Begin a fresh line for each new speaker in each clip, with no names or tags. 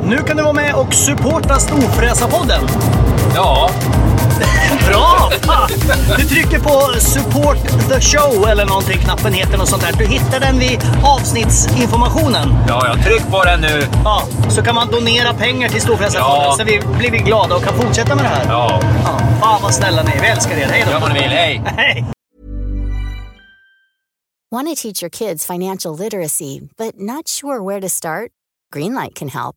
Nu kan du vara med och supporta Storfräsa-podden.
Ja,
Bra! Fan! Du trycker på support the show eller någonting, knappen heter något sånt där. Du hittar den vid avsnittsinformationen.
ja, ja. Tryck på den nu.
Ja, så kan man donera pengar till Storfräsarfonden
Ja.
så vi blir vi glada och kan fortsätta med det här.
Ja,
Ja, fan vad snälla ni är. Vi älskar er. Hej då!
gör vad ni vill. Hej!
Hej!
Want to teach your kids financial literacy, but not sure where to start? Greenlight can help.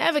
Ever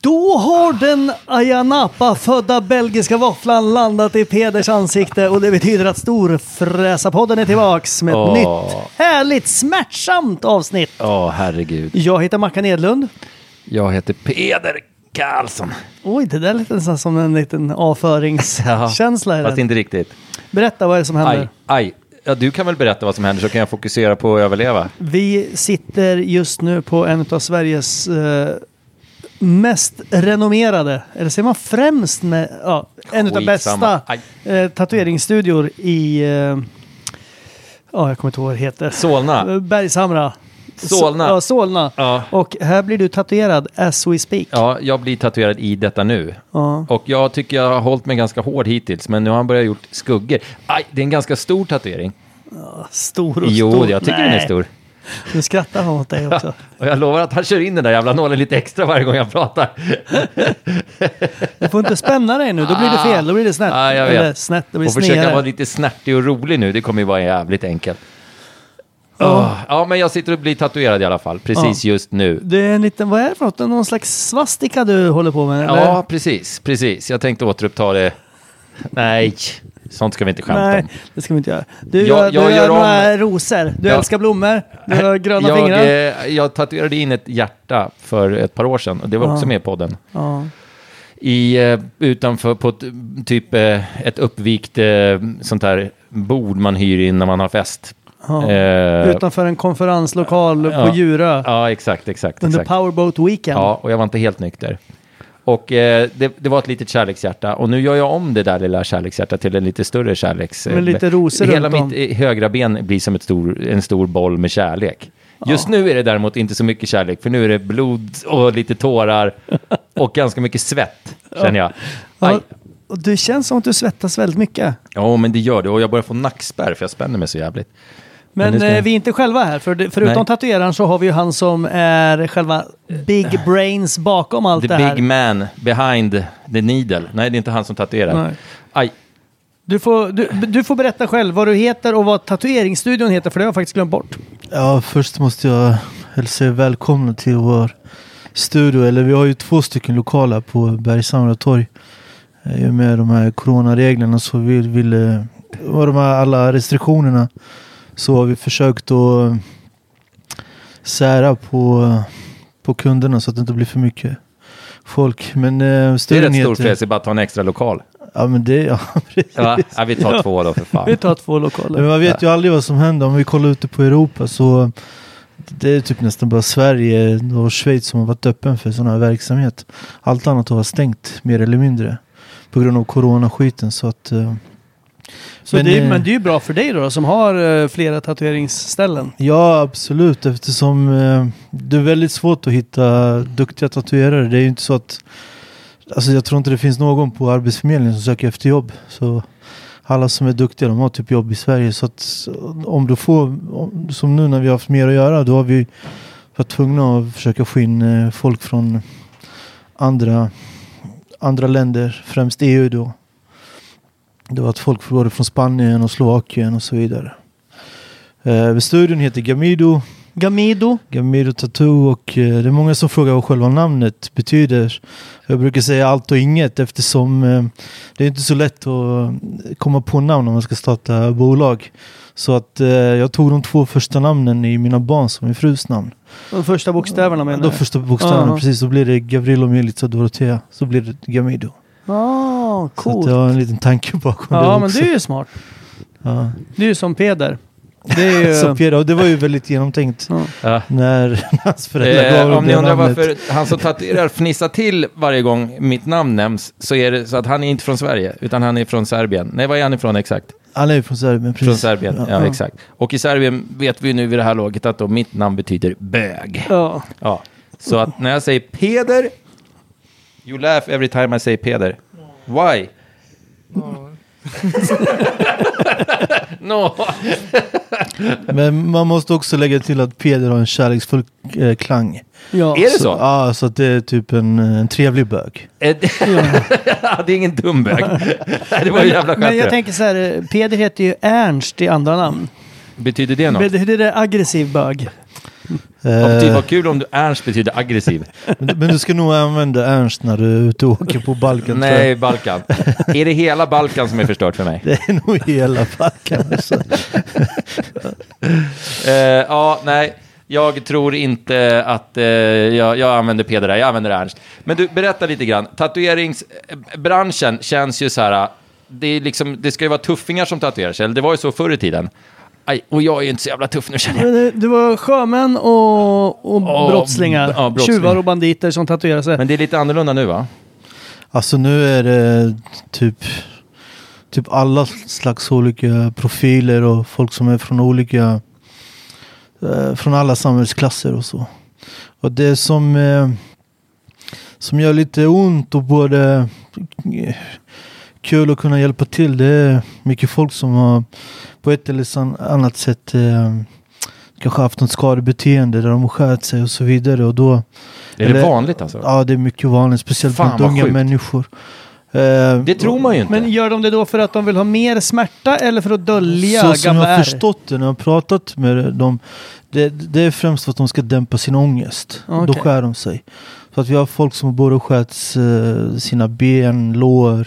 Då har den Ayanapa-födda belgiska våfflan landat i Peders ansikte och det betyder att Storfräsarpodden är tillbaks med ett
Åh.
nytt härligt smärtsamt avsnitt.
Ja, herregud.
Jag heter Mackan Edlund.
Jag heter Peder Karlsson.
Oj, det där lät nästan som en liten avföringskänsla. i
Fast
den.
inte riktigt.
Berätta, vad är det som händer?
Aj, aj. Ja, du kan väl berätta vad som händer så kan jag fokusera på att överleva.
Vi sitter just nu på en av Sveriges eh, mest renommerade, eller säger man främst, med, ja, en av
Skitsamma.
bästa
Aj.
eh, tatueringsstudior i, eh, ja jag kommer inte ihåg vad det heter. Eh,
Solna.
Bergshamra.
Solna.
Så, ja, Solna.
Ja.
Och här blir du tatuerad as we speak.
Ja, jag blir tatuerad i detta nu.
Ja.
Och jag tycker jag har hållit mig ganska hård hittills, men nu har han börjat gjort skuggor. Aj, det är en ganska stor tatuering.
Stor och
Jo,
stor.
jag tycker den är stor.
Nu skrattar han åt dig också.
Och jag lovar att han kör in den där jävla nålen lite extra varje gång jag pratar.
Du får inte spänna dig nu, då blir det fel, då blir det snett.
Ja, Ah. jag vet.
Eller snett, då blir det
och försöka
snedare.
vara lite snärtig och rolig nu, det kommer ju vara jävligt enkelt. Åh, Ja, men jag sitter och blir tatuerad i alla fall, precis just nu.
Det är en liten, vad är det för något? Någon slags svastika du håller på med? eller?
Ja, precis, precis. Jag tänkte återuppta det. Nej, sånt ska vi inte skämta
Nej,
om.
det ska vi inte göra. Du
Jag-
gör,
jag
du gör,
gör om-
några rosor, du
Ja.
älskar blommor, du har gröna
jag,
fingrar.
eh, jag tatuerade in ett hjärta för ett par år sedan, och det var också med i podden.
Ja.
I, eh, utanför på ett, typ eh, ett uppvikt eh, sånt här bord man hyr in när man har fest.
Ja.
Eh,
Utanför en konferenslokal
ja.
på Djurö
Ja, exakt, exakt.
under
exakt.
Powerboat Weekend.
Ja, och jag var inte helt nykter. Och eh, det, det var ett litet kärlekshjärta. Och nu gör jag om det där lilla kärlekshjärtat till en lite större kärleks...
Med lite rosor
Hela
runt om.
mitt eh, högra ben blir som ett stor, en stor boll med kärlek. Just nu är det däremot inte så mycket kärlek, för nu är det blod och lite tårar och ganska mycket svett, känner jag.
Ja.
Aj.
Och du känns som att du svettas väldigt mycket.
Ja, men det gör det. Och jag börjar få nackspärr, för jag spänner mig så jävligt.
Men,
nu ska jag-
eh, vi är inte själva här, för det- förutom
Nej. Eh.
tatueraren så har vi ju han som är själva big brains bakom allt
The
det här.
big man behind the needle. Nej, det är inte han som tatuerar.
Nej.
Aj.
Du får, du, du får berätta själv vad du heter och vad tatueringsstudion heter, för det har jag faktiskt glömt bort.
Ja, först måste jag hälsa er välkomna till vår studio. Eller vi har ju två stycken lokaler på Bergshamra torg. Eh, I och med de här coronareglerna så vill, vill, eh, och de här alla restriktionerna så har vi försökt att eh, sära på, eh, på kunderna så att det inte blir för mycket folk. Men eh,
Det är
studion
rätt stor
heter...
frälse bara att ha en extra lokal.
Ja men det, ja precis.
Ja, ja, vi tar
Ja.
två då för fan.
Vi tar två
Men
lokaler.
man vet ju aldrig vad som händer. Om vi kollar ute på Europa så det är typ nästan bara Sverige och Schweiz som har varit öppen för sådana här verksamhet. Allt annat har varit stängt mer eller mindre på grund av coronaskiten så att eh,
Så men,
Men,
det är,
eh,
men det är ju bra för dig då, som har eh, flera tatueringsställen.
Ja, absolut. Eftersom eh, det är väldigt svårt att hitta duktiga tatuerare. Det är ju inte så att... Alltså jag tror inte det finns någon på Arbetsförmedlingen som söker efter jobb. Så alla som är duktiga, de har typ jobb i Sverige. Så att om du får... Om, som nu när vi har haft mer att göra, då har vi varit tvungna att försöka få in eh, folk från andra, andra länder, främst EU då. Det var att folk både från Spanien och Slovakien och så vidare. Eh, studion heter Gamido.
Gamido.
Gamido Tattoo och eh, det är många som frågar vad själva namnet betyder. Jag brukar säga allt och inget eftersom eh, det är inte så lätt att eh, komma på namn om man ska starta bolag. Så att eh, jag tog de två första namnen i mina barn som min frus namn.
De första bokstäverna menar
De första bokstäverna,
Ja.
precis. Så blir det Gavrilo Milica Dorotea. Så blir det Gamido.
Ah,
Så
coolt.
att jag har en liten tanke bakom det
Ja, men
också.
det är ju smart.
Ja.
Det är ju som Peder. Det är ju...
Så Pierre, och det var ju väldigt genomtänkt
Ja.
Ja.
när hans föräldrar gav
Eh,
upp
om ni
det
undrar
namnet.
varför han som tatuerar fnissar till varje gång mitt namn nämns så är det så att han är inte från Sverige utan han är från Serbien. Nej, var är han ifrån exakt?
Han är ju från Serbien, precis.
Från Serbien, ja, exakt. Och i Serbien vet vi ju nu vid det här laget att då mitt namn betyder bög.
Ja.
Ja. Så att när jag säger Peder, you laugh every time I say Peder. Why? no.
Men man måste också lägga till att Peder har en kärleksfull eh, klang.
ja.
Är det så?
Ja, så att det är typ en, eh, en trevlig bög.
Eh, det är ingen dum bög. Nej, det var en jävla
Men jag
skämt.
tänker så här, eh, Peder heter ju Ernst i andra namn.
Betyder det något?
Betyder det aggressiv bög?
Och typ,
Eh,
vad kul om du Ernst betyder aggressiv.
men men du ska nog använda Ernst när du är ute och åker på Balkan. tror jag.
Nej, Balkan. Är det hela Balkan som är förstört för mig?
Det är nog hela Balkan. Alltså.
Eh, ja, nej. Jag tror inte att eh, jag, jag använder Peder där, jag använder Ernst. Men du, berätta lite grann. Tatueringsbranschen känns ju så här, eh, det, är liksom, det ska ju vara tuffingar som tatuerar sig, eller det var ju så förr i tiden. Aj, och jag är ju inte så jävla tuff nu känner jag.
Men det- Det var sjömän och, och
Ja,
brottslingar.
ja, brottslingar.
Tjuvar och banditer som tatuerar sig.
Men det är lite annorlunda nu va?
alltså nu är det typ, typ alla slags olika profiler och folk som är från olika, eh, från alla samhällsklasser och så. Och det som, eh, som gör lite ont och både eh, kul att kunna hjälpa till det är mycket folk som har på ett eller san- annat sätt eh, kanske haft något skadebeteende där de har skärt sig och så vidare. Och då,
Är det
Eller-
vanligt alltså?
Ja, det är mycket vanligt. Speciellt
Fan,
bland
vad
unga
sjukt.
människor. Eh,
Det tror man ju inte.
Men gör de det då för att de vill ha mer smärta eller för att dölja
så som jag
gamla
har
ärr?
förstått det när jag har pratat med dem. Det, det är främst för att de ska dämpa sin ångest. Då
Okej.
skär de sig. Så att vi har folk som både har skärt eh, sina ben, lår,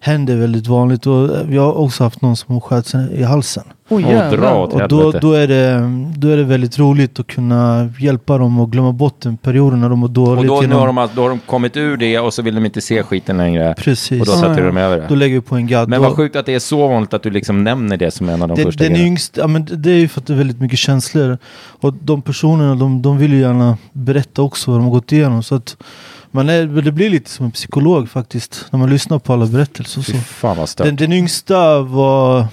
händer är väldigt vanligt. Och eh, vi har också haft någon som har skärt sig i halsen.
Oj,
Åh, dra
jävlar.
åt
Och då,
helvete.
då, är det, då är det väldigt roligt att kunna hjälpa dem och glömma bort den perioden när de mår dåligt.
och då, nu
genom-
har de, alltså- då har de kommit ur det och så vill de inte se skiten längre.
Precis.
Och då tatuerar de över det.
Då lägger vi på en gadd.
Men
Då-
vad sjukt att det är så vanligt att du liksom nämner det som en av de
Det,
första
den
grejerna.
yngsta, ja, men det- det är ju för att det är väldigt mycket känslor. Och de personerna de, de vill ju gärna berätta också vad de har gått igenom. Så att man är, det blir lite som en psykolog faktiskt. När man lyssnar på alla berättelser och så.
Fy fan vad stört.
Den, den yngsta var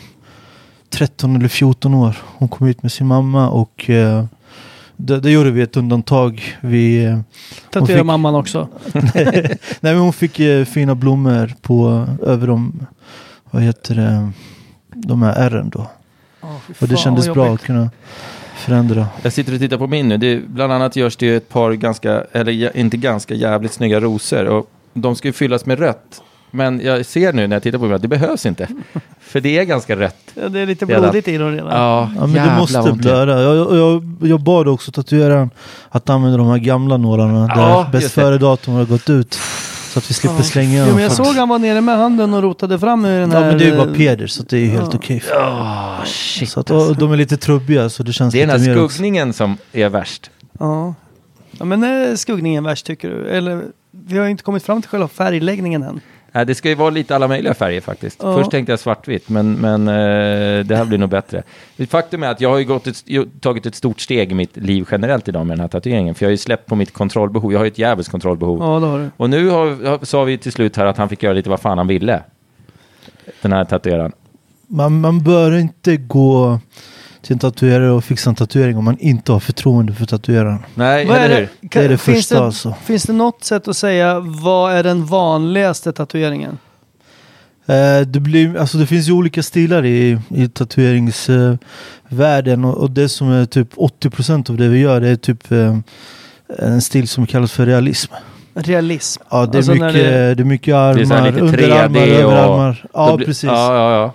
13 eller 14 år. Hon kom ut med sin mamma och eh, det, det gjorde vi ett undantag. Vi, eh,
Tatuerar
fick-
mamman också.
nej, men hon fick eh, fina blommor på, över de, vad heter det, de här ärren då. Och det kändes bra att kunna förändra.
Jag sitter och tittar på min nu. Det är, bland annat görs det ju ett par ganska, eller ja, inte ganska, jävligt snygga rosor. Och de ska ju fyllas med rött. Men jag ser nu när jag tittar på dem att det behövs inte.
Mm.
För det är ganska rött.
Ja, det är lite
Redan.
blodigt i dem redan.
Ja,
Ja, men du måste blöra. Jag, jag- jag, jag bad också tatueraren att använda de här gamla nålarna
Ja,
där bäst
just det.
före-datum har gått ut. Så att vi slipper slänga
Jo,
dem.
men jag
för att-
såg han var nere med handen och rotade fram i den
Ja
här...
men det är ju bara
eh,
Peder så att det är ju helt okej.
Shit.
Så att, och, de är lite trubbiga så det känns
Det är
lite
den här
mer också.
skuggningen som är värst.
Ja. eh, ja men är skuggningen värst tycker du? Eller vi har ju inte kommit fram till själva färgläggningen än.
Nej, det ska ju vara lite alla möjliga färger faktiskt.
Ja.
Först tänkte jag svartvitt, men, men eh, det här blir nog bättre. Faktum är att jag har ju gått ett, ju- tagit ett stort steg i mitt liv generellt idag med den här tatueringen, för jag har ju släppt på mitt kontrollbehov. Jag har ju ett djävulskt kontrollbehov.
Ja, det har du.
Och nu har, har, sa vi till slut här att han fick göra lite vad fan han ville. Den här tatueraren.
Man, man bör inte gå till en tatuerare och fixa en tatuering om man inte har förtroende för tatueraren.
Nej,
Vad
eller hur?
kan-
Det är det
finns
första alltså.
Finns det något sätt att säga vad är den vanligaste tatueringen?
Eh, Det, blir, alltså det finns ju olika stilar i, i tatueringsvärlden och, och det som är typ 80% av det vi gör det är typ eh, en stil som kallas för realism.
Realism.
Ja, det,
Alltså
är
när
mycket,
det-
det... är mycket
Det är så här
armar,
lite
underarmar,
3D och-
överarmar.
Då
Ja,
blir-
precis.
Ja, ja, ja.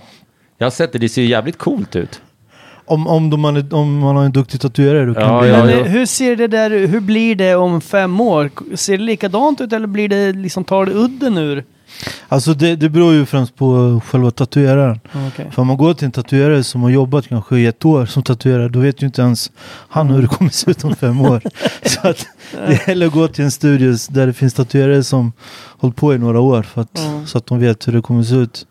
Jag har sett det, det ser ju jävligt coolt ut.
Om, om, de, man är- om man har en duktig tatuerare då kan
Ja,
det bli
ja,
Men
ja.
eh, hur ser det där ut? Hur blir det om fem år? Ser det likadant ut eller blir det liksom, tar det udden ur?
Alltså det, det beror ju främst på själva tatueraren.
Okej.
För om man går till en tatuerare som har jobbat kanske i ett år som tatuerare, då vet ju inte ens han hur det kommer se ut om fem år. Så att det gäller att gå till en studio där det finns tatuerare som hållit på i några år för att,
Mm.
så att de vet hur det kommer se ut.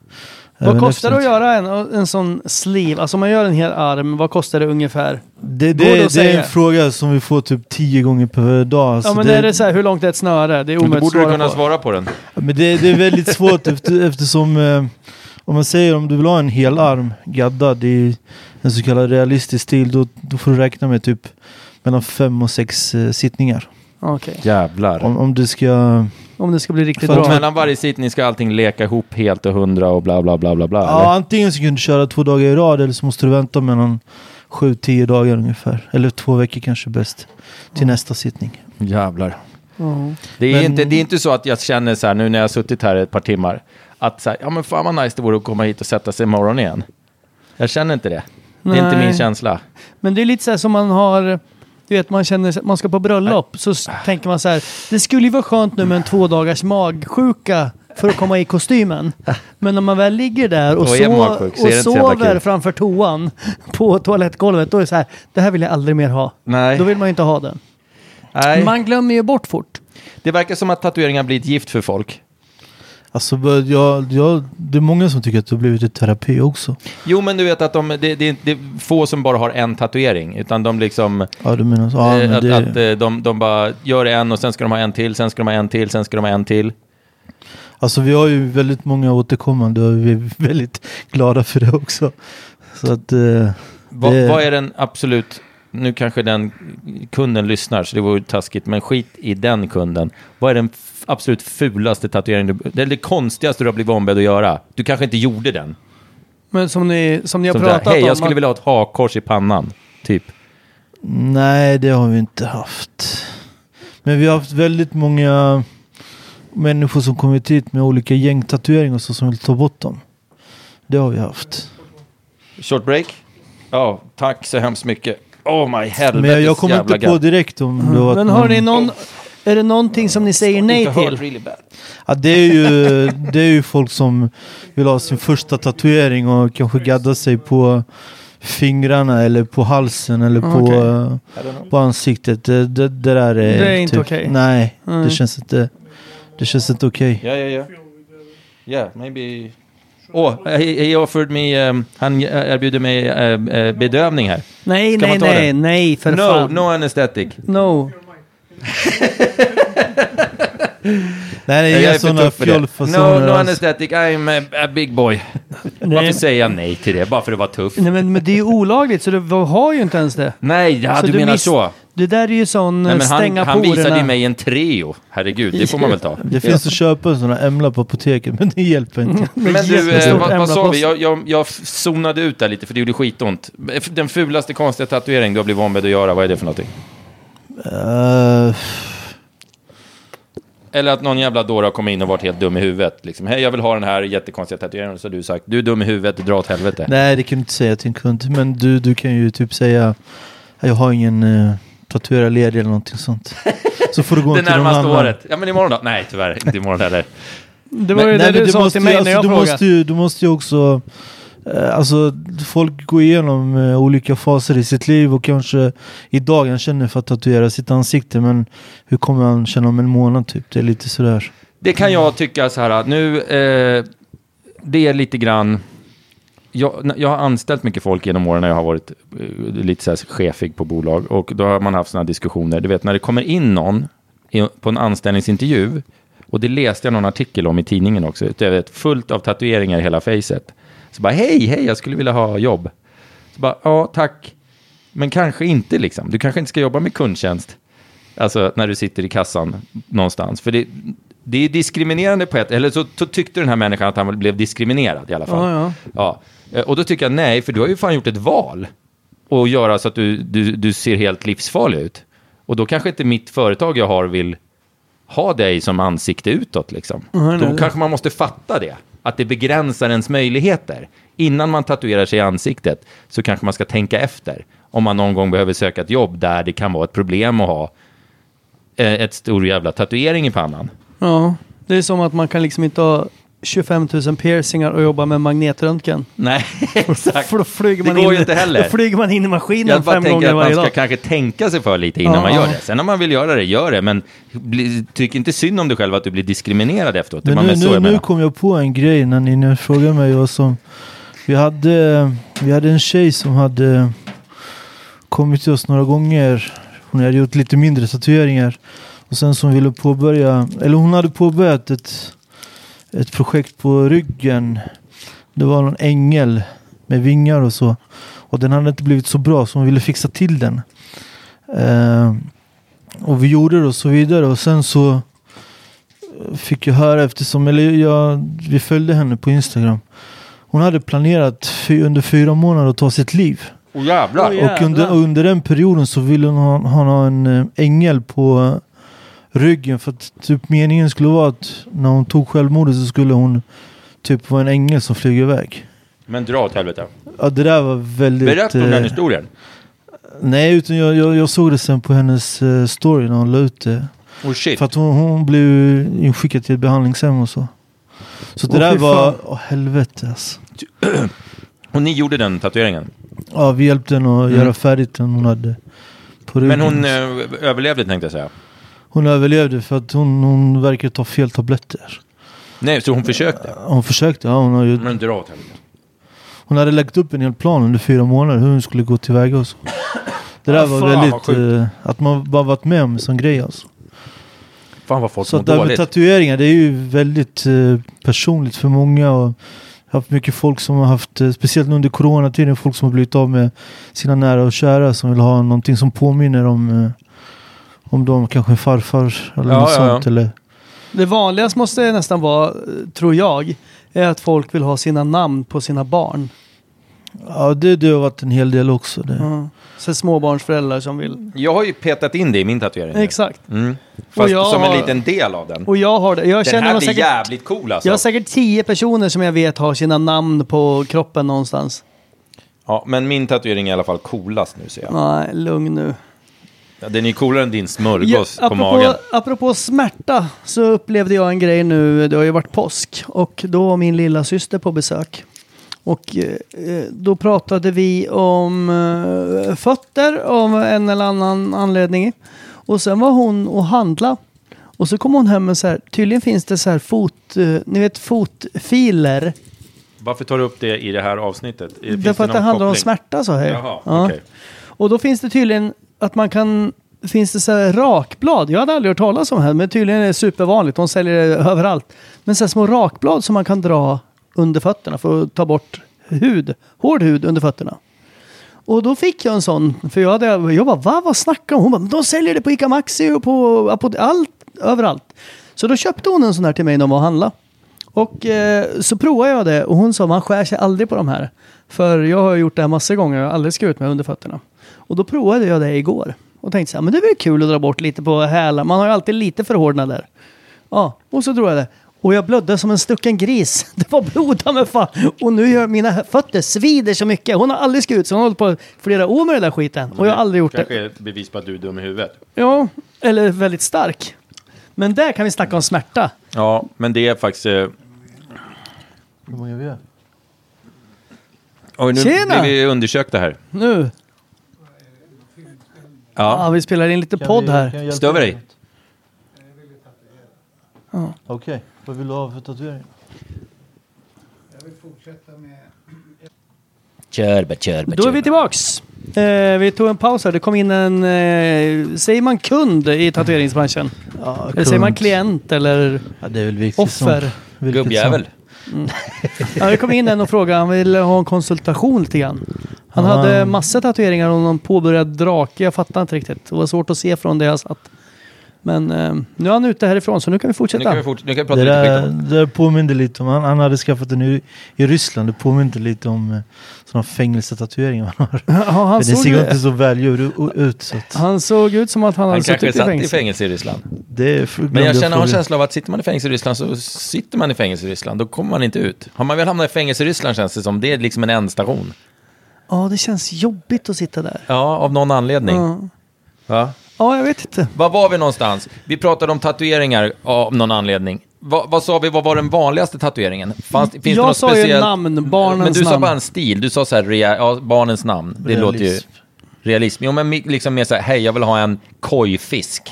Vad
Även
kostar det att
efteråt.
göra en, en sån sleeve? Alltså om man gör en hel arm, vad kostar det ungefär?
Det,
Går det att
det, det är
säga?
en fråga som vi får typ tio gånger per dag.
Ja
så
men
det,
är det så här, hur långt är ett snöre? Det är
Då
omöjligt att
borde du
svara
kunna
på.
svara på den.
Men det, det är väldigt svårt efter, eftersom eh, om man säger om du vill ha en hel arm gaddad i en så kallad realistisk stil då, då får du räkna med typ mellan fem och sex eh, sittningar.
Okej.
Jävlar.
Om, om du ska...
Om det ska bli riktigt
För att
bra.
Och mellan varje sittning ska allting leka ihop helt och hundra och bla bla bla bla bla.
Ja, antingen så kan du köra två dagar i rad eller så måste du vänta mellan sju, tio dagar ungefär. Eller två veckor kanske bäst. Till nästa sittning.
eller? Jävlar.
Ja.
Det är,
Men-
inte, det är inte så att jag känner så här nu när jag har suttit här ett par timmar att så här, ja men fan vad nice det vore att komma hit och sätta sig imorgon igen. Jag känner inte det. Det är inte
Nej.
min känsla.
Men det är lite så här som man har... Du vet, man känner sig- man ska på bröllop, så s- tänker man så här. Det skulle ju vara skönt nu med en två dagars magsjuka för att komma i kostymen. Men när man väl ligger där och,
Då är
so-
magsjuk, så är
och
det inte så jävla
sover
kul.
framför toan på toalettgolvet, då är det så här. Det här vill jag aldrig mer ha.
Nej.
Då vill man ju inte ha den.
Nej.
Man glömmer ju bort fort.
Det verkar som att tatueringar blir ett gift för folk.
Alltså bör- jag, jag, det är många som tycker att det har blivit ett terapi också.
Jo men du vet att de, det, det, det är få som bara har en tatuering utan de liksom
Ja, du menar så. Ja,
eh,
men
att,
det,
att eh, de, de bara gör en och sen ska de ha en till, sen ska de ha en till, sen ska de ha en till.
Alltså vi har ju väldigt många återkommande och vi är väldigt glada för det också. Så att... Eh,
Va,
det,
Vad är den absolut, nu kanske den kunden lyssnar så det vore taskigt, men skit i den kunden. Vad är den f- absolut fulaste tatueringen, du, eller det konstigaste du har blivit ombedd att göra? Du kanske inte gjorde den.
Men som ni, som ni har
Som där,
pratat
Hej,
om.
jag skulle
man-
vilja ha ett hakkors i pannan, typ.
Nej, det har vi inte haft. Men vi har haft väldigt många människor som kommit hit med olika gängtatueringar och så som vill ta bort dem. Det har vi haft.
Short break? Ja, tack så hemskt mycket. Oh my
Men
helvetes
jag, jag kommer inte
jävla
på direkt om det var att
Men har
någon-
ni
Mm.
någon... Är det någonting som ni säger nej till?
Ja, det, är ju, det är ju folk som vill ha sin första tatuering och kanske gadda sig på fingrarna eller på halsen eller på,
Okej.
eh, på ansiktet. Det, det, det där är, typ-
Det är inte okej.
Nej,
Mm.
det känns inte, det känns inte okej.
Ja, ja, ja. Ja, maybe... Åh, oh, he, he offered me, ehm, han erbjuder mig ehm, eh, bedövning här.
Nej,
Ska
nej,
man ta
nej,
den?
nej, för
No,
fan.
no anesthetic.
no.
Nej, det är
Jag
inga
är för
sådana
tuff för det.
fjollfasoner.
No, no
alls.
anesthetic, I'm a, a big boy. Varför säger jag nej till det? Bara för att vara tuff?
Nej men, men det är ju olagligt så du har ju inte ens det.
Nej, ja,
Så
du,
du
menar
miss-
så.
Det där är ju sån
Nej, men han,
stänga
han visade ju
porerna.
mig en trio. Herregud, det får man väl ta.
Det finns att köpa sådana ämlar på apoteket, men det hjälper inte.
Men du, eh, vad,
jättestort
vad sa
ämlaplåster.
vi? Jag, jag, jag f- zonade ut där lite för det gjorde skitont. Eh, F- Den fulaste konstiga tatuering du har blivit ombedd att göra, vad är det för någonting?
Eh,
Eller att någon jävla dåre har kommit in och varit helt dum i huvudet. Liksom, hej jag vill ha den här jättekonstiga tatueringen. Så har du sagt, du är dum i huvudet, dra åt helvete.
nej, det kan du inte säga till en kund. Men du, du kan ju typ säga, jag har ingen uh, tatuerad ledig eller någonting sånt. Så får du gå
Det
till någon
närmaste
annan.
året. Ja men imorgon då? Nej tyvärr, inte imorgon heller.
Det var ju
Men-
det
nej, men
du sa till
måste ju-
mig när
alltså,
jag
du
frågade.
måste ju, Du måste ju också... eh, Alltså folk går igenom eh, olika faser i sitt liv och kanske idag han känner för att tatuera sitt ansikte men hur kommer han känna om en månad typ? Det är lite sådär.
det kan jag tycka så här, nu, eh, det är lite grann, jag, jag har anställt mycket folk genom åren när jag har varit eh, lite så här chefig på bolag och då har man haft sådana diskussioner. Du vet när det kommer in någon i- på en anställningsintervju och det läste jag någon artikel om i tidningen också. Det är fullt av tatueringar i hela facet. Så bara hej, hej, jag skulle vilja ha jobb. Så bara ja, tack. Men kanske inte liksom. Du kanske inte ska jobba med kundtjänst. Alltså när du sitter i kassan någonstans. För det, det är diskriminerande på ett... Eller så, så tyckte den här människan att han blev diskriminerad i alla fall.
Ja, ja.
Ja. Eh, Och då tycker jag nej, för du har ju fan gjort ett val. Och göra så att du, du, du ser helt livsfarlig ut. Och då kanske inte mitt företag jag har vill ha dig som ansikte utåt liksom. Då kanske man måste fatta det. Att det begränsar ens möjligheter. Innan man tatuerar sig i ansiktet så kanske man ska tänka efter. Om man någon gång behöver söka ett jobb där det kan vara ett problem att ha eh, ett stor jävla tatuering i pannan.
Ja, det är som att man kan liksom inte ha 25 000 piercingar och jobba med magnetröntgen.
Nej, exakt.
För då flyger
Det
man
går
in,
ju inte heller.
Då flyger man in i maskinen
Jag bara
fem
tänker
gånger
att man
varje
ska
dag.
kanske tänka sig för lite innan
Ja.
man gör det. Sen om man vill göra det, gör det. Men bli, tyck inte synd om dig själv att du blir diskriminerad efteråt. det
Men
var
nu,
mest så
nu,
jag
nu
menar.
kom jag på en grej när ni nu frågar mig vad som... Vi hade, vi hade en tjej som hade kommit till oss några gånger. Hon hade gjort lite mindre tatueringar. Och sen som ville påbörja, eller hon hade påbörjat ett, ett projekt på ryggen. Det var någon ängel med vingar och så. Och den hade inte blivit så bra så hon ville fixa till den. Eh, och vi gjorde det och så vidare och sen så fick jag höra eftersom, eller jag, vi följde henne på Instagram. Hon hade planerat fy, under fyra månader att ta sitt liv.
Åh jävlar!
Oj.
Och under,
Jävlar.
och under den perioden så ville hon ha, hon ha en eh, ängel på eh, ryggen. För att typ meningen skulle vara att när hon tog självmordet så skulle hon typ vara en ängel som flyger iväg.
Men dra åt helvete.
Ja det där var väldigt...
Berätta om den
eh,
historien.
Nej utan jag, jag, jag såg det sen på hennes eh, story när hon la ut det.
Oh shit.
För att hon, hon blev inskickad till ett behandlingshem och så. Så det
Åh,
där
fy
var...
fan.
Åh helvete alltså.
Och ni gjorde den
Mm.
tatueringen.
Ja vi hjälpte henne att
Mm.
göra färdigt den hon hade på ryggen.
Men hon eh, överlevde tänkte jag säga.
Hon överlevde för att hon, hon verkar ta fel tabletter.
Nej, så hon försökte.
Hon försökte, ja, hon, har ju,
Men dra åt helvete.
hon hade lagt upp en hel plan under fyra månader hur hon skulle gå tillväga och så. Det där
Ah,
var
fan, vad
väldigt,
sjukt.
eh, att man bara varit med om en sån grej alltså.
Fan vad folk
Så
mår
att det här med
dåligt.
tatueringar det är ju väldigt eh, personligt för många. Och jag har haft mycket folk som har haft, eh, speciellt under coronatiden, folk som har blivit av med sina nära och kära som vill ha någonting som påminner om, eh, om dem, kanske en farfar eller
Ja,
något
ja, ja.
sånt. Eller,
Det vanligaste måste nästan vara, eh, tror jag, är att folk vill ha sina namn på sina barn.
ja, det, det har varit en hel del också. Det.
Så småbarnsföräldrar som vill.
Jag har ju petat in det i min tatuering.
Exakt.
Mm. Fast
jag
som en
har-
liten del av den.
Och jag har det. Jag
Den
känner
här
nog
blir
säkert...
jävligt cool alltså.
Jag har säkert tio personer som jag vet har sina namn på kroppen någonstans.
Ja, men min tatuering är i alla fall coolast nu ser jag.
Nej, lugn nu.
Ja, Den är ju coolare än din smörgås
Ja,
på
apropå,
magen.
apropå smärta så upplevde jag en grej nu, det har ju varit påsk och då var min lilla syster på besök. Och eh, eh, då pratade vi om eh, fötter av en eller annan anledning. Och sen var hon och handla. Och så kom hon hem med så här, tydligen finns det så här fot, eh, ni vet fotfiler.
Varför tar du upp det i det här avsnittet? Finns
Därför att det
någon
handlar om
koppling?
smärta sa jag ju.
Jaha,
Ja.
okej.
Och då finns det tydligen att man kan... Finns det så här rakblad? Jag hade aldrig hört talas om det här, men tydligen är det supervanligt. De säljer det överallt. Men så här små rakblad som man kan dra under fötterna för att ta bort hud, hård hud under fötterna. Och då fick jag en sån, för jag, hade, jag bara va, vad snackar hon om? Hon bara, "Men de säljer det på Ica Maxi och på apotek, allt, överallt. Så då köpte hon en sån här till mig när hon var och handlade. Och eh, så provade jag det och hon sa man skär sig aldrig på de här. För jag har gjort det här massor gånger och jag har aldrig skurit mig under fötterna. Och då provade jag det igår. Och tänkte så här, men det är väl kul att dra bort lite på hälar. Man har ju alltid lite förhårdnader. Ja, och så drog jag det. Och jag blödde som en stucken gris. Det var blod ta mig fan. Och nu gör mina fötter svider så mycket. Hon har aldrig skurit sig. Hon har hållit på i flera år med den där skiten. Och jag har aldrig gjort det.
Kanske är ett bevis på att du är dum i huvudet.
Ja, eller väldigt stark. Men där kan vi snacka om smärta.
Ja, men det är faktiskt... eh,
Hur många vi är?
Oj, nu
Tjena!
blir vi undersökta här.
Nu. Ja,
Ja.
vi spelar in lite podd här.
Stöver dig.
Okej. Vad vill du ha för tatuering?
Kör, be, kör, be,
Då är vi tillbaks. Eh, vi tog en paus här. Det kom in en... Eh, säger man kund i tatueringsbranschen?
Ja,
Eller säger man klient eller
Ja, det är väl vilket
offer?
Som,
er
vilket
Gubbjävel.
Ja, det kom in en och frågade. Han ville ha en konsultation lite grann. Han
Ah.
hade massa tatueringar och någon påbörjad drake. Jag fattar inte riktigt. Det var svårt att se från det jag satt. Men eh, nu är han ute härifrån så nu kan vi
Nu kan vi,
fortsätta.
fort, nu kan vi
Som,
prata
det,
lite
där,
skit om
det där påminner lite om... Han, han hade skaffat en i, i Ryssland. Det påminner lite om eh, sådana fängelsetatueringar han har.
Ja, han,
Men det
såg,
ser ju inte
ju-
så välgjord u- ut. Så att
han såg ut som att han,
Han
hade
kanske
suttit i
satt i
fängelse.
fängelse i Ryssland.
det är för-
Men
glömde
jag känner, har en
fråga.
känsla av att sitter man i fängelse i Ryssland så sitter man i fängelse i Ryssland. Då kommer man inte ut. Har man väl hamnat i fängelse i Ryssland känns det som. Det är liksom en ändstation.
Ja, det känns jobbigt att sitta där.
Ja, av någon anledning.
Ja.
Va?
ja, jag vet inte.
Var var vi någonstans? Vi pratade om tatueringar av någon anledning. Va, vad sa vi, vad var den vanligaste tatueringen? Fanns, finns det
jag
något
sa
speciellt?
ju namn, barnens
Men du sa
namn.
bara en stil, du sa så här, rea, ja, barnens namn. Det
Realism.
låter ju... Realism. Jo, men mi- liksom mer så här, hej, jag vill ha en kojfisk.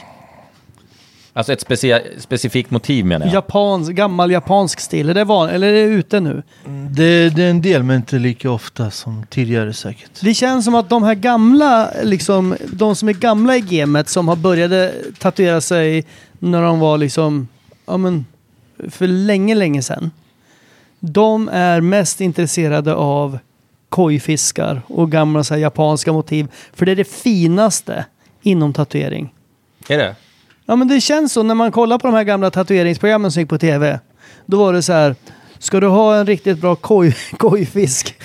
Alltså ett specia- specifikt motiv menar jag.
Japans, gammal japansk stil. Är det van, eller är det ute nu?
Det, det är en del, men inte lika ofta som tidigare säkert.
Det känns som att de här gamla, liksom, de som är gamla i gamet som har började tatuera sig när de var liksom, ja men, för länge, länge sedan. De är mest intresserade av kojfiskar och gamla så här, japanska motiv. För det är det finaste inom tatuering.
Är det?
Ja men det känns så när man kollar på de här gamla tatueringsprogrammen som gick på tv. Då var det så här. Ska du ha en riktigt bra koj, kojfisk?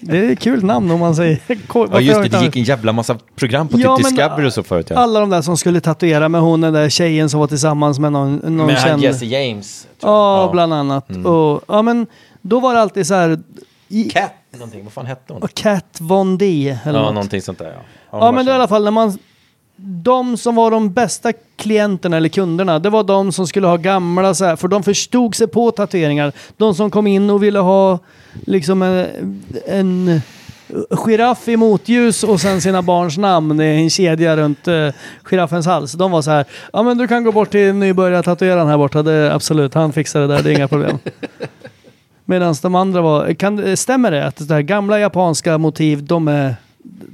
det är ett kul namn om man säger. Koj,
Ja, just det, det gick en jävla massa program på
Ja,
typ
men-
Discovery och så förut. Ja.
Alla de där som skulle tatuera med hon, den där tjejen som var tillsammans med någon, någon
Med
känd.
han Jesse James. tror jag.
Ja, bland annat.
Mm.
Och, ja men då var det alltid så här. I,
Cat, någonting, vad fan hette hon?
Cat Von D. Eller
Ja,
något.
någonting sånt där ja.
Ja, men det är i alla fall när man... De som var de bästa klienterna eller kunderna, det var de som skulle ha gamla så här, för de förstod sig på tatueringar. De som kom in och ville ha liksom en, en eh, giraff i motljus och sen sina barns namn i en kedja runt eh, giraffens hals. De var så här, ja men du kan gå bort till nybörjartatueraren här borta, det är absolut, han fixar det där, det är inga problem. Medan de andra var, kan, stämmer det att det där gamla japanska motiv, de är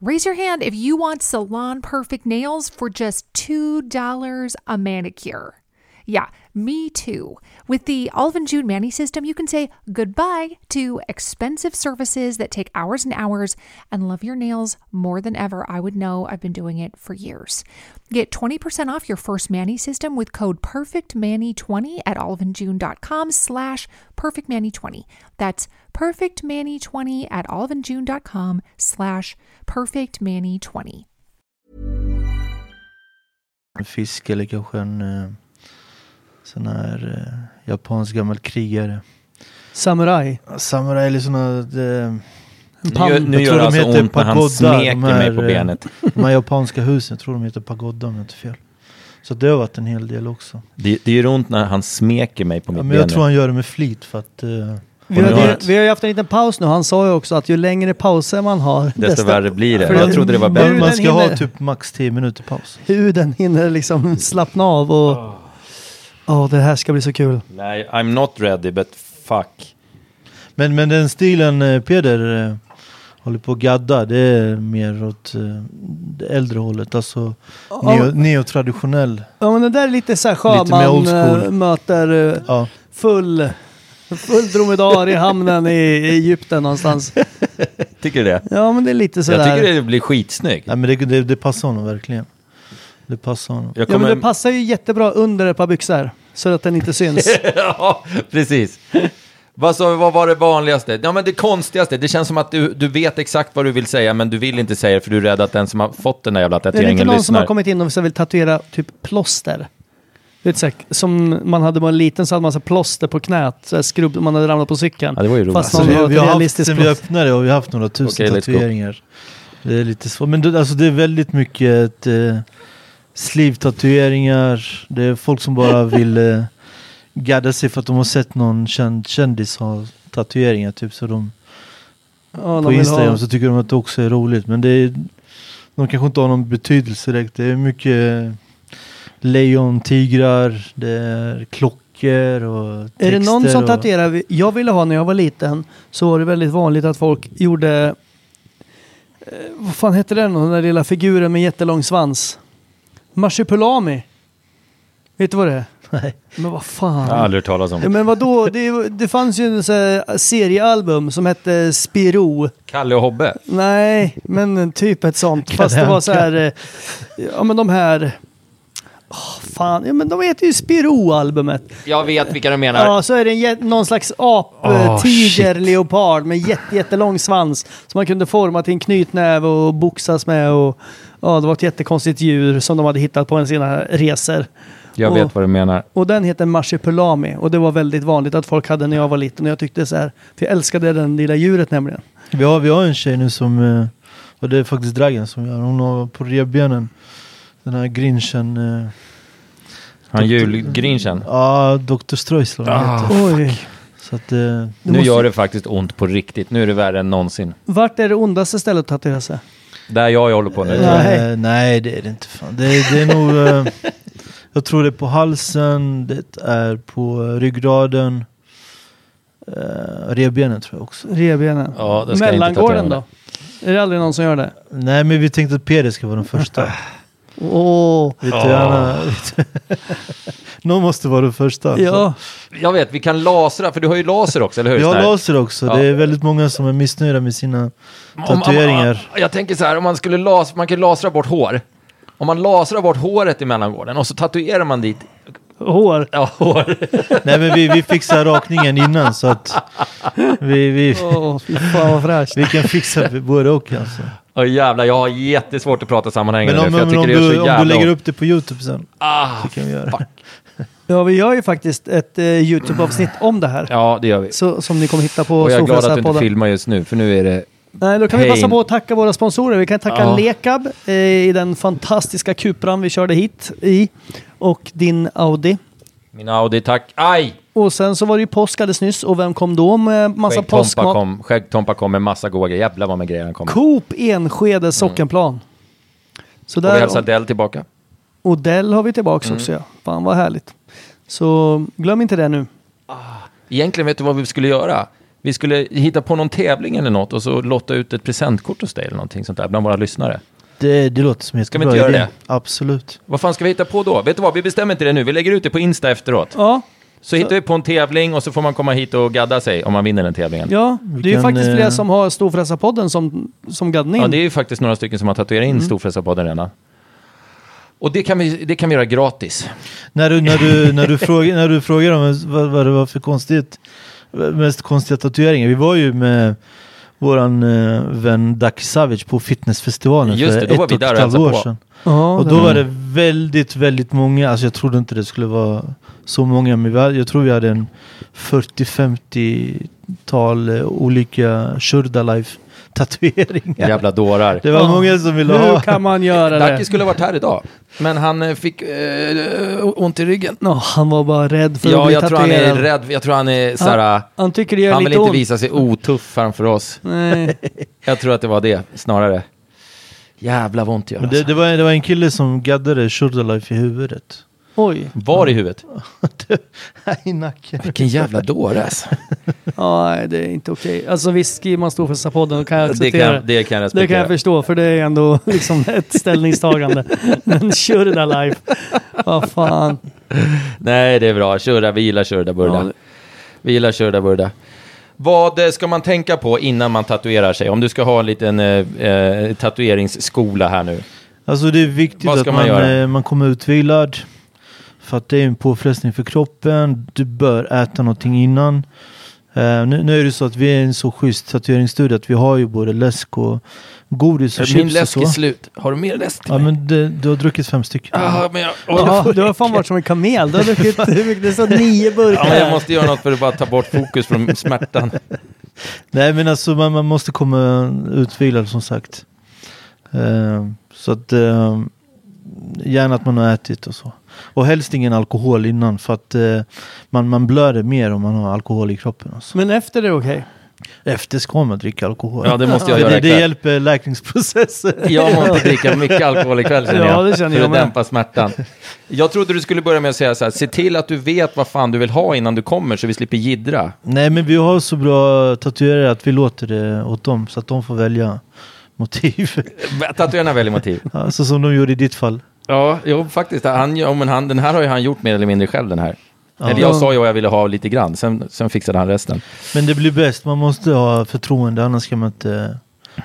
Raise your hand if you want salon perfect nails for just $2 a manicure. Yeah, me too. With the Olive and June Manny system, you can say goodbye to expensive services that take hours and hours and love your nails more than ever. I would know I've been doing it for years. Get 20% off your first Manny system with code PERFECTMANNY20 at oliveandjune.com slash PERFECTMANNY20. That's PERFECTMANNY20 at oliveandjune.com slash PERFECTMANNY20.
en fisk eller kanske en eh, sån här eh, japansk gammal krigare.
Samurai.
Samurai eller såna... eh,
Nu gör, nu
Jag
gör
tror
det
de
alltså
heter
ont när han
pagoda,
smeker
de här,
mig på
eh,
benet.
de här japanska husen, jag tror de heter pagoda om jag inte fel. Så det har varit en hel del också.
Det, det gör ont när han smeker mig på mitt
Ja,
ben.
men jag
nu.
tror han gör det med flit för att eh,
Vi
nu
har,
har
vi,
ett-
vi har ju haft en liten paus nu. Han sa ju också att ju längre pauser man har,
Desto värre blir det.
för
Jag
det-
trodde det var
huden
bättre.
Man ska ha
hinner-
typ max 10 minuter paus.
Huden hinner liksom slappna av och... Åh, det här ska bli så kul.
Nej, I'm not ready, but fuck.
Men, men den stilen eh, Peder eh, håller på att gadda, det är mer åt eh, det äldre hållet. Alltså neo, neotraditionell.
Ja, men det där är lite så här skön.
Lite mer
Man
old school.
eh, möter eh,
Ja.
full, full dromedar i hamnen i, i Egypten någonstans.
Tycker du det?
Ja, men det är lite
Jag
sådär.
tycker det blir skitsnyggt.
Nej, men det, det, det passar honom verkligen. Det passar honom.
Jag
Ja, men
kommer...
det passar ju jättebra under ett par byxor. Så att den inte syns.
ja, precis. Vad, sa, vi- vad var det vanligaste? Ja, men det konstigaste. Det känns som att du, du vet exakt vad du vill säga, men du vill inte säga det för du är rädd att den som har fått den där jävla
Är det inte
tatueringen
någon som
lyssnar.
har kommit in och som vill tatuera typ plåster? Vet så här, som man hade när man var liten så hade man så här plåster på knät, så här skrubb, man hade ramlat på cykeln.
Ja, det var ju roligt.
Fast
Så
någon har
Alltså, vi,
ett
vi har haft,
realistiskt
sen vi
plåster.
öppnade och vi har haft några tusen
Okej, let's go.
tatueringar. Det är lite svårt. Men det, alltså, det är väldigt mycket ett, eh, sleeve-tatueringar. Det är folk som bara vill eh, gadda sig för att de har sett någon känd, kändis ha tatueringar. Typ, så de,
Ja,
på
de vill
Instagram
ha-
så tycker de att det också är roligt. Men det är, de kanske inte har någon betydelse direkt. Det är mycket lejon, tigrar, det är klockor och texter.
Är det någon som
och-
tatuerar? vi- Jag ville ha när jag var liten så var det väldigt vanligt att folk gjorde... eh, Vad fan hette den då, den där lilla figuren med jättelång svans? Marsupilami. Vet du vad det är?
Nej.
Men vad fan.
Jag har aldrig hört talas
Ja,
om.
men vadå, det, det fanns ju en sån här seriealbum som hette Spiro.
Kalle och Hobbe.
Nej, men typ ett sånt. Fast det var så här, eh, ja men de här, Åh, fan, ja men de heter ju Spiro-albumet.
Jag vet vilka du menar.
Ja, så är det en, jä- någon slags ap, eh,
Oh,
tiger,
shit.
leopard med jätte, jättelång svans som man kunde forma till en knytnäve och boxas med och ja, det var ett jättekonstigt djur som de hade hittat på en av sina resor.
Jag
Och-
vet vad du menar.
och den heter Marsipulami och det var väldigt vanligt att folk hade när jag var liten och jag tyckte så här, för jag älskade den lilla djuret nämligen.
Vi har, vi har en tjej nu som, eh, och det är faktiskt Dragan som gör, hon har på revbenen den här grinchen, eh,
Han julgrinchen.
ja Dr. Streusel
Ah.
ah.
Oj,
Så att, eh,
Nu gör det faktiskt ont på riktigt. Nu är det värre än någonsin.
vart är det ondaste stället att tatuera sig?
Där jag håller på nu.
Nej.
eh, nej det är det inte fan. Det, är- det är nog, eh, jag tror det är på halsen, det är på eh, ryggraden, eh, revbenen tror jag också.
Revbenen?
Ja, det ska jag inte
Mellangården
tatuera
då? Är det aldrig någon som gör det?
Nej men vi tänkte att Peder ska vara den första.
Åh,
Vet du, gärna, vet du, Någon måste vara den första. alltså.
ja.
Jag vet, vi kan lasra, för du har ju laser också, eller hur?
Vi har
Sån här-
laser också.
Ja.
Det är väldigt många som är missnöjda med sina
Om- om-
tatueringar.
om- jag tänker så här, om man skulle las, man kan lasra bort hår. Om man lasrar bort håret i mellangården och så tatuerar man dit...
Hår.
Ja, hår.
Nej men vi, vi fixar rakningen innan så att vi, vi,
Åh, fy fan vad fräscht.
vi kan fixa både och alltså.
Åh jävlar, jag har jättesvårt att prata
Men
sammanhängande
om,
nu, för jag
men
tycker
om,
det gör
du,
så
om du
jävla
lägger
ont.
upp det på Youtube sen
Ah,
så kan vi göra.
Ja, vi gör ju faktiskt ett eh, YouTube-avsnitt om det här.
Ja, det gör vi.
Så, som ni kommer hitta på
Och jag är glad att du inte
Storfräsarpodden.
filmar just nu, för nu är det...
Nej, då kan vi
Pain.
passa på att tacka våra sponsorer. Vi kan tacka
Ja.
Lekab eh, i den fantastiska Cupran vi körde hit i och din Audi.
Min Audi, tack. Aj!
Och sen så var det ju påsk alldeles nyss och vem kom då med massa
Skäggtompa
påskmat?
kom, Skäggtompa kom med massa goa grejer. Jävlar vad med grejer han kom.
Coop Enskede Sockenplan. Så
Mm. Och vi
där,
hälsar Mm. Dell tillbaka.
Odell har vi tillbaka också ja. Fan vad härligt. Så glöm inte det nu.
Egentligen vet du vad vi skulle göra? Vi skulle hitta på någon tävling eller något och så lotta ut ett presentkort hos dig eller någonting sånt där bland våra lyssnare.
Det, det låter som en
vi
jättebra
inte göra
idé.
det?
Absolut.
Vad fan ska vi hitta på då? Vet du vad, vi bestämmer inte det nu. Vi lägger ut det på Insta efteråt.
Ja,
Så hittar vi på en tävling och så får man komma hit och gadda sig om man vinner den tävlingen. Ja,
ja. det är ju
kan,
faktiskt
eh,
flera som har Storfräsarpodden som, som gaddning.
det är ju faktiskt några stycken som har tatuerat in Storfräsarpodden redan. Och det kan, vi, det kan vi göra gratis.
När du, när du, när du, frågar, när du frågar om vad, vad det var för konstigt, mest konstiga tatueringar. Vi var ju med våran eh, vän Ducky Savage på fitnessfestivalen
Just
för
det, då var
ett
vi
och
där
ett
och
halvt
hälsade
år
på. Mm.
sedan.
Ja,
Och
det
då
var-
var det väldigt, väldigt många. Alltså jag trodde inte det skulle vara så många. Men vi hade, jag tror vi hade en 40-50-tal eh, olika Shurda-life tatueringar.
Jävla dårar.
Det var många som ville
Hur
ha.
kan man göra
Dacke
det?
skulle ha varit här idag, men han eh, fick eh, ont i ryggen.
Nå, han var bara rädd för att
Ja,
bli
jag tror han är
tatuerad.
rädd. Jag tror han är såhär...
Han tycker det gör
Han vill
lite
inte
ont.
visa sig otuff framför oss.
Nej.
Jag tror att det var det, snarare. Jävla vad ont det gör
Men det,
alltså.
det, var, det var en kille som gaddade Shurda-life i huvudet.
Oj.
Var i huvudet?
I nacken.
Vilken jävla dåre alltså.
Ja, nej, det är inte okej. Alltså visst, skriver man står för Sapodden då kan jag
Det
acceptera
kan, det kan jag
Det kan
respektera.
jag förstå, för det är ändå liksom ett ställningstagande. Men kör det där live. Vad fan.
Nej, det är bra. Shurda, vi gillar Shurda Burda.
Ja, det-
Vi gillar Shurda Burda. Vad eh, ska man tänka på innan man tatuerar sig? Om du ska ha en liten eh, eh, tatueringsskola här nu.
Alltså det är viktigt
Vad
att
ska
man,
man göra?
eh, man kommer utvilad. För att det är en påfrestning för kroppen. Du bör äta någonting innan. Eh, nu, nu är det så att vi är en så schysst tatueringsstudio att vi har ju både läsk och godis och
Min
chips och
läsk är
så.
slut. Har du mer läsk till
Ja
mig?
men det, du har druckit fem stycken.
Ah, men jag, Åh.
Ja, du har fan varit som en kamel. Du har druckit hur mycket? Det står nio burkar.
ja, men jag måste göra något för att bara ta bort fokus från smärtan.
Nej men alltså man, man måste komma utvilad som sagt. Eh, så att eh, gärna att man har ätit och så. Och helst ingen alkohol innan för att eh, man, man blöder mer om man har alkohol i kroppen. Alltså.
Men efter det är okej.
Efter ska man dricka alkohol.
Ja, det måste jag
För
göra
det, det
ikväll.
hjälper läkningsprocessen.
Jag måste dricka mycket alkohol ikväll känner
Ja,
jag,
det känner
för
jag
att
med.
dämpa smärtan. Jag trodde du skulle börja med att säga så här, se till att du vet vad fan du vill ha innan du kommer så vi slipper jiddra.
Nej, men vi har så bra tatuerare att vi låter det åt dem så att de får välja motiv.
Tatuerarna väljer motiv.
Ja, så som de gjorde i ditt fall.
Ja, jo, faktiskt. Han, ja, men han, den här har ju han gjort mer eller mindre själv den här.
Ja.
Eller jag sa ju vad jag ville ha lite grann, sen, sen fixade han resten.
Men det blir bäst, man måste ha förtroende annars ska man inte,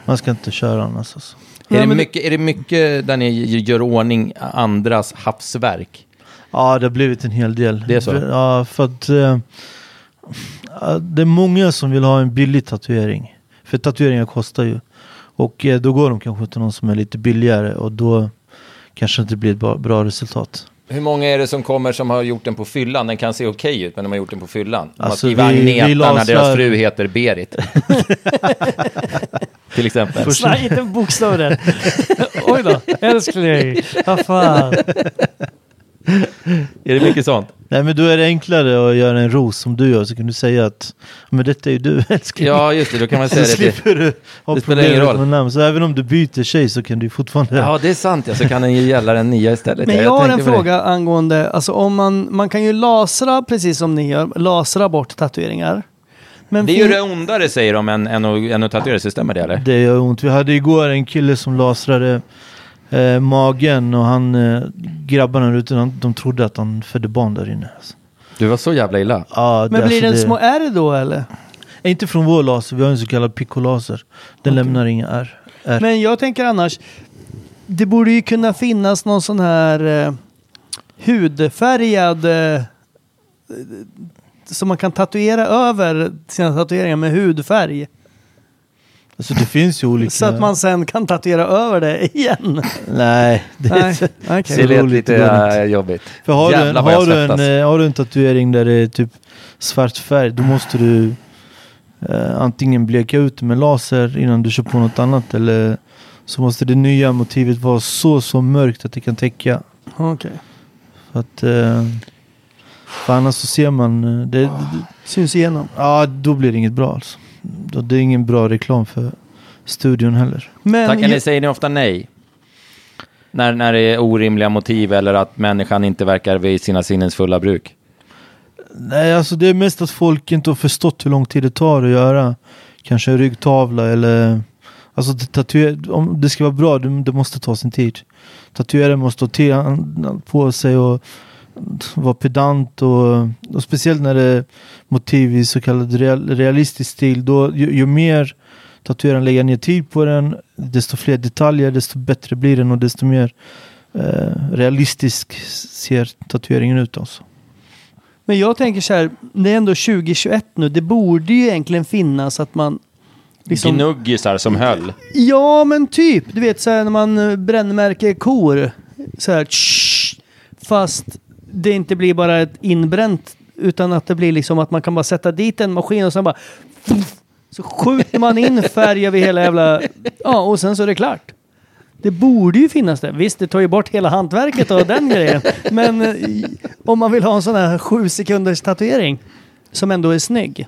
man ska inte köra annars. Alltså.
Nej,
är, det
men-
mycket, är det mycket där ni gör ordning andras havsverk?
Ja, det har blivit en hel del.
Det är så?
Ja, för att eh, ja, det är många som vill ha en billig tatuering. För tatueringar kostar ju. Och eh, då går de kanske till någon som är lite billigare och då kanske det inte blir ett bra, bra resultat.
Hur många är det som kommer som har gjort den på fyllan? Den kan se okej ut, men de har gjort den på fyllan. De
Alltså,
har skrivit
vi- vi
Agneta när deras
lasrar-
fru heter Berit. Till exempel.
Nej, inte bokstavligt. Oj då, älskling. Vad fan.
Är det mycket sånt?
Nej men då är det enklare att göra en ros som du gör så kan du säga att men detta är ju du älskling.
Ja, just det. Då kan man
så
säga det. till-
slipper du ha
det spelar ingen
problemet
roll.
med namn. Så även om du byter tjej så kan du fortfarande...
Ja, det är sant. Ja. Så kan den ju gälla den nya istället.
Men
Ja,
jag har en
tänkte på det.
fråga angående, alltså om man, man kan ju lasra precis som ni gör, lasra bort tatueringar. Men
Det är ju
fin-
det ondare, säger de, än, än, att- än att tatuera sig. Stämmer det, eller?
Det gör ont. Vi hade igår en kille som lasrade eh, magen och han, eh, grabbarna där ute, de, de trodde att han födde barn där inne. Alltså.
Du var så jävla illa.
Ja,
men blir det en
alltså,
små R då eller?
det- Inte från vår laser, vi har en så kallad piccolaser. Den lämnar inga ärr. Är.
Men jag tänker annars, det borde ju kunna finnas någon sån här eh, hudfärgad eh, som man kan tatuera över sina tatueringar med hudfärg.
Alltså det finns ju olika...
Så att man sen kan tatuera över det igen.
Nej, det är
Nej,
så-
okej.
Det lät lite,
äh, jobbigt.
För har, du en,
Jävlar vad jag
har, du en,
svettas.
eh, har du en tatuering där det är typ svart färg, då måste du eh, antingen bleka ut det med laser innan du kör på något annat eller så måste det nya motivet vara så, så mörkt att det kan täcka.
Okej.
För att... Eh, för annars så ser man... eh, Det,
Syns igenom.
ja, då blir det inget bra alltså. Då- Det är ingen bra reklam för studion heller.
Men
Tackar ni,
jag,
säger ni ofta nej? När, när det är orimliga motiv eller att människan inte verkar vid sina sinnens fulla bruk?
Nej, alltså det är mest att folk inte har förstått hur lång tid det tar att göra. Kanske en ryggtavla eller... Alltså det- tatuer- om det ska vara bra, det, det måste ta sin tid. Tatueraren måste ha te på sig och vara pedant och, och speciellt när det är motiv i så kallad real, realistisk stil. Då, ju, ju mer tatueraren lägger ner tid på den, desto fler detaljer, desto bättre blir den och desto mer eh, realistisk ser tatueringen ut. Alltså.
men jag tänker så här, det är ändå 2021 nu. Det borde ju egentligen finnas att man Liksom-
Gnuggisar som höll.
Ja, men typ. Du vet så här när man eh, brännmärker kor. Så här, tsch, fast det inte blir bara ett inbränt. Utan att det blir liksom att man kan bara sätta dit en maskin och sen bara... Så skjuter man in färg över hela jävla... Ja, och sen så är det klart. Det borde ju finnas det. Visst, det tar ju bort hela hantverket och den grejen. Men eh, om man vill ha en sån här sju sekunders tatuering. Som ändå är snygg.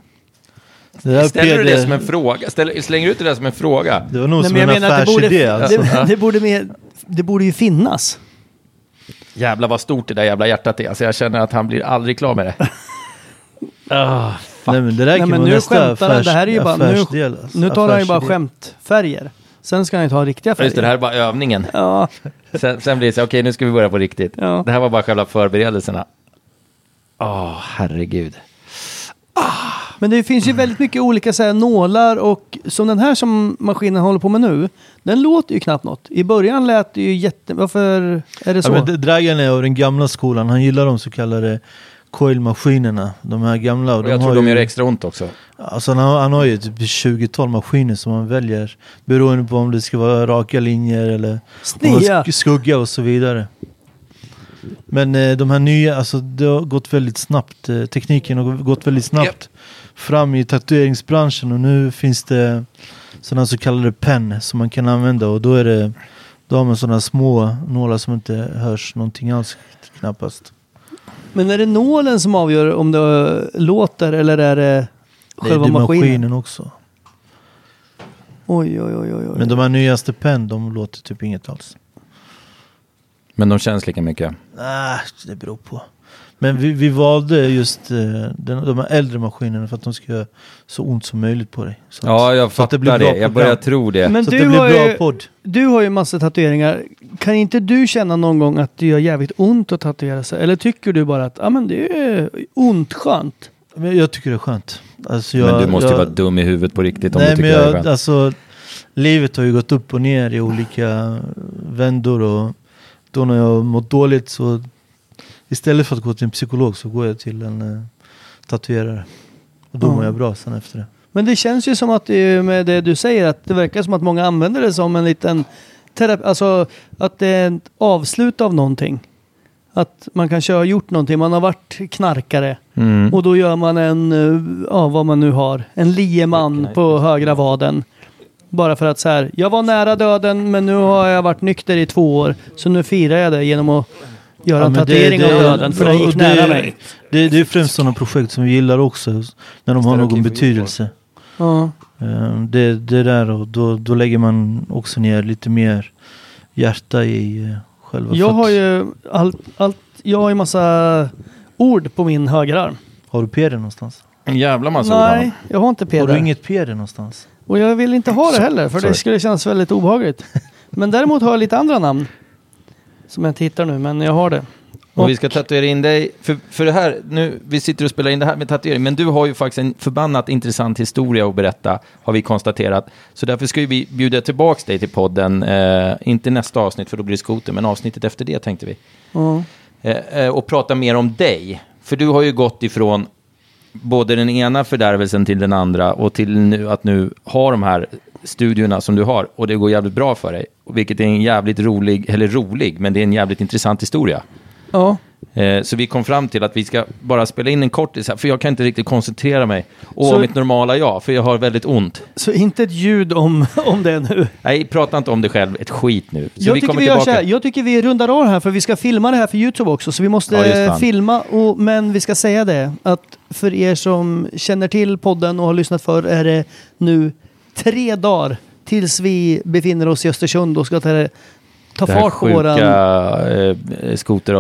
Det där
Ställer du
Peder,
det som en fråga? Ställer, slänger du ut det där som en fråga?
Det var nog
Nej,
som
men jag
en
menar att det borde,
affärsidé alltså.
det, det, borde mer, det borde ju finnas.
Jävlar vad stort det där jävla hjärtat är. Alltså jag känner att han blir aldrig klar med det.
Nej men det där
Nej,
kan
men
vara
nu
nästa
skämtar han.
affärs,
Det här är ju bara,
affärsdel.
nu,
alltså.
nu tar han ju bara
Affärsidé.
skämtfärger. Sen ska han ju ta riktiga
Just det, det
färger.
här är bara övningen.
Ja,
Sen, sen blir det så okej nu ska vi börja på riktigt.
Ja.
Det här var bara själva förberedelserna. Åh, herregud.
men det finns ju väldigt mycket olika så här, nålar och som den här som maskinen håller på med nu. Den låter ju knappt något. I början lät det ju jätte... Varför är det så?
Ja, men det- Dragan är av den gamla skolan. Han gillar de så kallade coilmaskinerna. De här gamla. Och
Och jag
de
tror
har
de
ju,
gör extra ont också.
alltså han, har, han har ju typ 20-tal maskiner som han väljer. Beroende på om det ska vara raka linjer eller om
Snia.
man sk- skugga och så vidare. Men eh, de här nya, alltså det har gått väldigt snabbt. Eh, tekniken har gått väldigt snabbt fram i tatueringsbranschen. Och nu finns det sådana så kallade pen som man kan använda. Och då är det då har man sådana små nålar som inte hörs någonting alls knappast.
Men är det nålen som avgör om det låter eller är det
Det är
själva maskinen?
dimensionen också.
Oj, oj, oj, oj. oj.
Men de här nyaste pen, de låter typ inget alls.
Men de känns lika mycket.
Ah, det beror på. Men vi, vi valde just eh, den, de här äldre maskinerna för att de ska göra så ont som möjligt på dig. Så att-
Ja, jag
så att
fattar
blir
det.
bra
Jag
program.
börjar tro det.
Men
så
du
att det
har
blir bra
ju-
podd.
Du har ju massa tatueringar. Kan inte du känna någon gång att det gör jävligt ont att tatuera sig? Eller tycker du bara att ah, men det är ont skönt?
Men jag tycker det är skönt. Alltså, jag,
men du måste
jag,
ju vara dum i huvudet på riktigt om
Nej,
du tycker
men
jag, det är
jag,
skönt.
alltså, livet har ju gått upp och ner i olika vändor och då när jag mått dåligt så istället för att gå till en psykolog så går jag till en eh, tatuerare. Och då
Ja.
mår jag bra sen efter det.
Men det känns ju som att det är med det du säger att det verkar som att många använder det som en liten terapi. Alltså att det är ett avslut av någonting. Att man kanske har gjort någonting. Man har varit knarkare.
Mm.
Och då gör man en, eh, ja vad man nu har, en lieman på högra vaden. Bara för att så här, jag var nära döden men nu har jag varit nykter i två år. Så nu firar jag det genom att göra en
men det-
tatuering
det-
av döden. För den
och
gick
det-
nära mig.
Det, det är främst sådana projekt som vi gillar också, när de har
Ställer
någon
upp inför
betydelse.
Ja.
Eh, Det, det där och då, då lägger man också ner lite mer hjärta i eh, själva
Jag
för
har
att-
ju allt, allt, jag har ju massa ord på min högerarm.
Har du peder någonstans?
En jävla massa ord har
Nej,
de.
jag har inte
Har du
peder.
inget peder någonstans?
Och jag vill inte ha det heller för det
sorry.
skulle kännas väldigt obehagligt. Men däremot har jag lite andra namn. Som jag inte hittar nu men jag har det.
Och vi ska tatuera in dig, för, för det här, nu, vi sitter och spelar in det här med tatuering, men du har ju faktiskt en förbannat intressant historia att berätta, har vi konstaterat. Så därför ska ju vi bjuda tillbaka dig till podden, eh, inte nästa avsnitt för då blir det skoter, men avsnittet efter det tänkte vi.
Ja.
Eh, eh, och prata mer om dig, för du har ju gått ifrån både den ena fördärvelsen till den andra och till nu att nu ha de här studierna som du har och det går jävligt bra för dig. Och Vilket är en jävligt rolig, eller rolig, men det är en jävligt intressant historia.
ja.
Eh, Så vi kom fram till att vi ska bara spela in en kortis här, för jag kan inte riktigt koncentrera mig. Och
Så-
mitt normala jag, för jag har väldigt ont.
Så inte ett ljud om, om det nu.
Nej, prata inte om dig själv ett skit nu. Så
Jag
vi
tycker
kommer
vi, gör så
tillbaka.
här, jag tycker vi rundar av här för vi ska filma det här för Youtube också. Så vi måste
Ja, just
eh,
fan.
filma. Och, men vi ska säga det att för er som känner till podden och har lyssnat förr är det nu tre dagar tills vi befinner oss i Östersund och ska ta, ta
det här
fart på våran...
sjuka eh, skoter,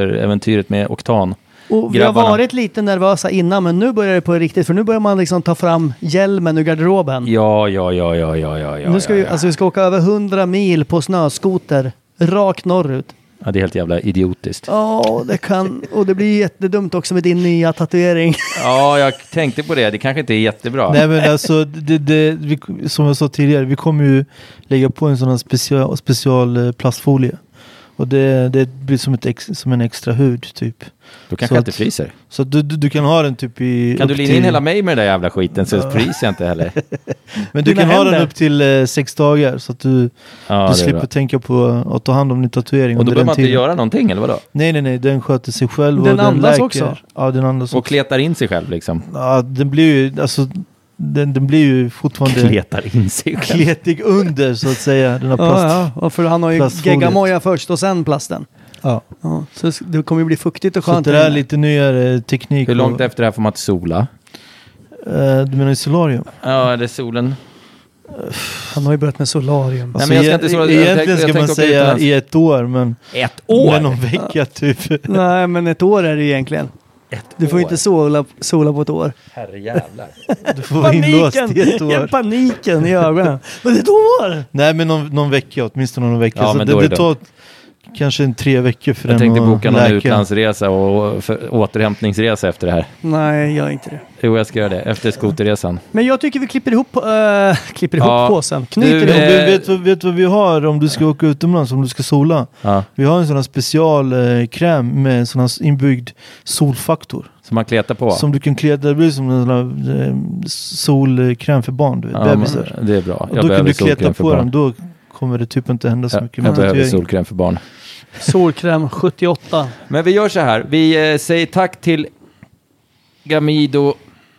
skoteräventyret med oktan.
Och vi har
grabbarna.
varit lite nervösa innan men nu börjar det på riktigt för nu börjar man liksom ta fram hjälmen ur garderoben.
Ja, ja, ja, ja, ja, ja, ja.
nu ska
ja,
vi,
ja.
Alltså, vi ska åka över 100 mil på snöskoter rakt norrut.
ja, det är helt jävla idiotiskt.
Ja, det kan. Och det blir jättedumt också med din nya tatuering.
Ja, jag tänkte på det. Det kanske inte är jättebra.
Nej men alltså, det, det, vi, som jag sa tidigare, vi kommer ju lägga på en sån här special, special eh, plastfolie. Och det, det blir som, ett ex, som en extra hud typ.
Då
Så
kanske jag inte
att-
fryser.
Så att du, du, du kan ha den typ i...
Kan du
upp
linda in
till-
hela mig med den där jävla skiten så fryser jag inte heller.
Men du
Dina
kan ha den
händer.
upp till eh, sex dagar så att du,
Ja,
du
det är bra.
slipper tänka på att ta hand om din tatuering
Och då
under
behöver
den
man inte
tiden.
göra någonting, eller vadå?
Nej, nej, nej. Den sköter sig själv
Den
och den
andas
läker.
också.
Ja, den andas
Och
också.
kletar in sig själv liksom.
Ja, den blir ju, alltså, den, den blir ju fortfarande
Kletar in sig själv.
kletig under så att säga. Den har plast.
Ja, ja. Och för han har ju
plastfoliet.
geggamoja först och sen plasten.
Ja.
Ja, så s- det kommer ju bli fuktigt och
Så att
skönt.
det
där
där är
inne.
lite nyare teknik.
Hur långt
och-
efter det här får man inte sola?
Eh, du menar i solarium?
Ja, eller solen.
Han har ju börjat med solarium.
Nej, men jag ska
e-
inte sola- jag
egentligen
tänkte- jag
ska
tänkte
man
åka
säga
utomlands.
i ett år, men,
Ett år?
men någon vecka typ.
Nej, men ett år är det egentligen. Du får
år.
inte sola, sola på ett år.
Herrejävlar.
Du får vara inlåst i ett
Ja,
år.
paniken i ögonen. Men det är ett år!
Nej, men någon, någon vecka, åtminstone någon vecka.
Ja,
så
men
det,
då är
det,
det
tar kanske en tre veckor för
Jag
den
tänkte
att
boka någon
läka.
utlandsresa och för, återhämtningsresa efter det här.
Nej, gör inte det.
Jo, jag ska göra det. Efter skoterresan.
Men jag tycker vi klipper ihop, eh, klipper ihop
Ja.
påsen. Knyter
Du,
ihop.
Men
eh,
du vet, vad- vet vad vi har om du ska åka utomlands, om du ska sola?
Ja.
Vi har en sån här specialkräm med en sån här inbyggd solfaktor.
Som man kletar på.
Som du kan kleda, det blir som en sån här eh, solkräm för barn, du vet,
Ja,
bebisar.
men det är bra.
Och
Jag
då kan
behöver
du kleta
solkräm för
på
barn.
den, då kommer det typ inte hända så
Jag,
mycket.
jag
med
behöver
tatueringen.
solkräm för barn.
Solkräm 78.
Men vi gör så här. Vi eh, säger tack till Gamido.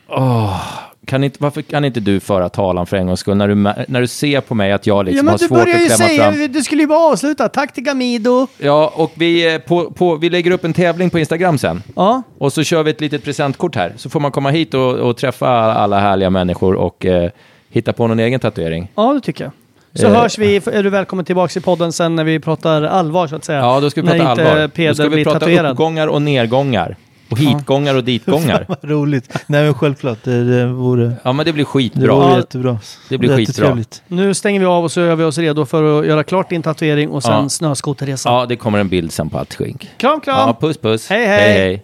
Åh, kan inte, varför kan inte du föra talan för en gångs skull? När du, mä- när du ser på mig att jag liksom
ja, men
har
du
svårt att
börjar ju
klämma
säga,
fram.
du skulle ju bara avsluta. Tack till Gamido.
Ja, och vi, eh, på, på, vi lägger upp en tävling på Instagram sen.
Ja,
Och så kör vi ett litet presentkort här. Så får man komma hit och, och träffa alla härliga människor och eh, hitta på någon egen tatuering.
ja det tycker jag. Så
Eh.
hörs vi, är du välkommen tillbaka i podden sen när vi pratar allvar så att säga.
Ja, då ska vi prata
när
allvar.
Inte Peder
Då ska vi
blir
prata
tatuerad.
uppgångar och nedgångar. Och hitgångar och ditgångar.
Vad Roligt. Nej men självklart, det, det vore,
Ja, men det blir
det
skitbra.
vore
Ja.
jättebra.
Det blir skitbra.
Jättetrevligt.
Nu stänger vi av och så gör vi oss redo för att göra klart din tatuering och sen
Ja.
snöskoterresan.
Ja, det kommer en bild sen på allt skink.
Kram, kram!
Ja, puss puss.
Hej, hej.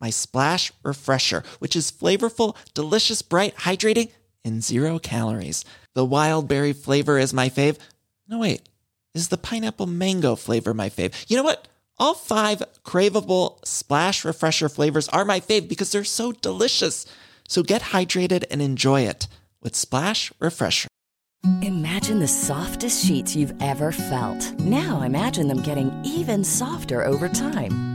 my Splash Refresher, which is flavorful, delicious, bright, hydrating, and zero calories. The wild berry flavor is my fave. No, wait. is the pineapple mango flavor my fave. You know what? All five craveable splash refresher flavors are my fave because they're so delicious. So get hydrated and enjoy it with Splash Refresher.
Imagine the softest sheets you've ever felt. Now imagine them getting even softer over time.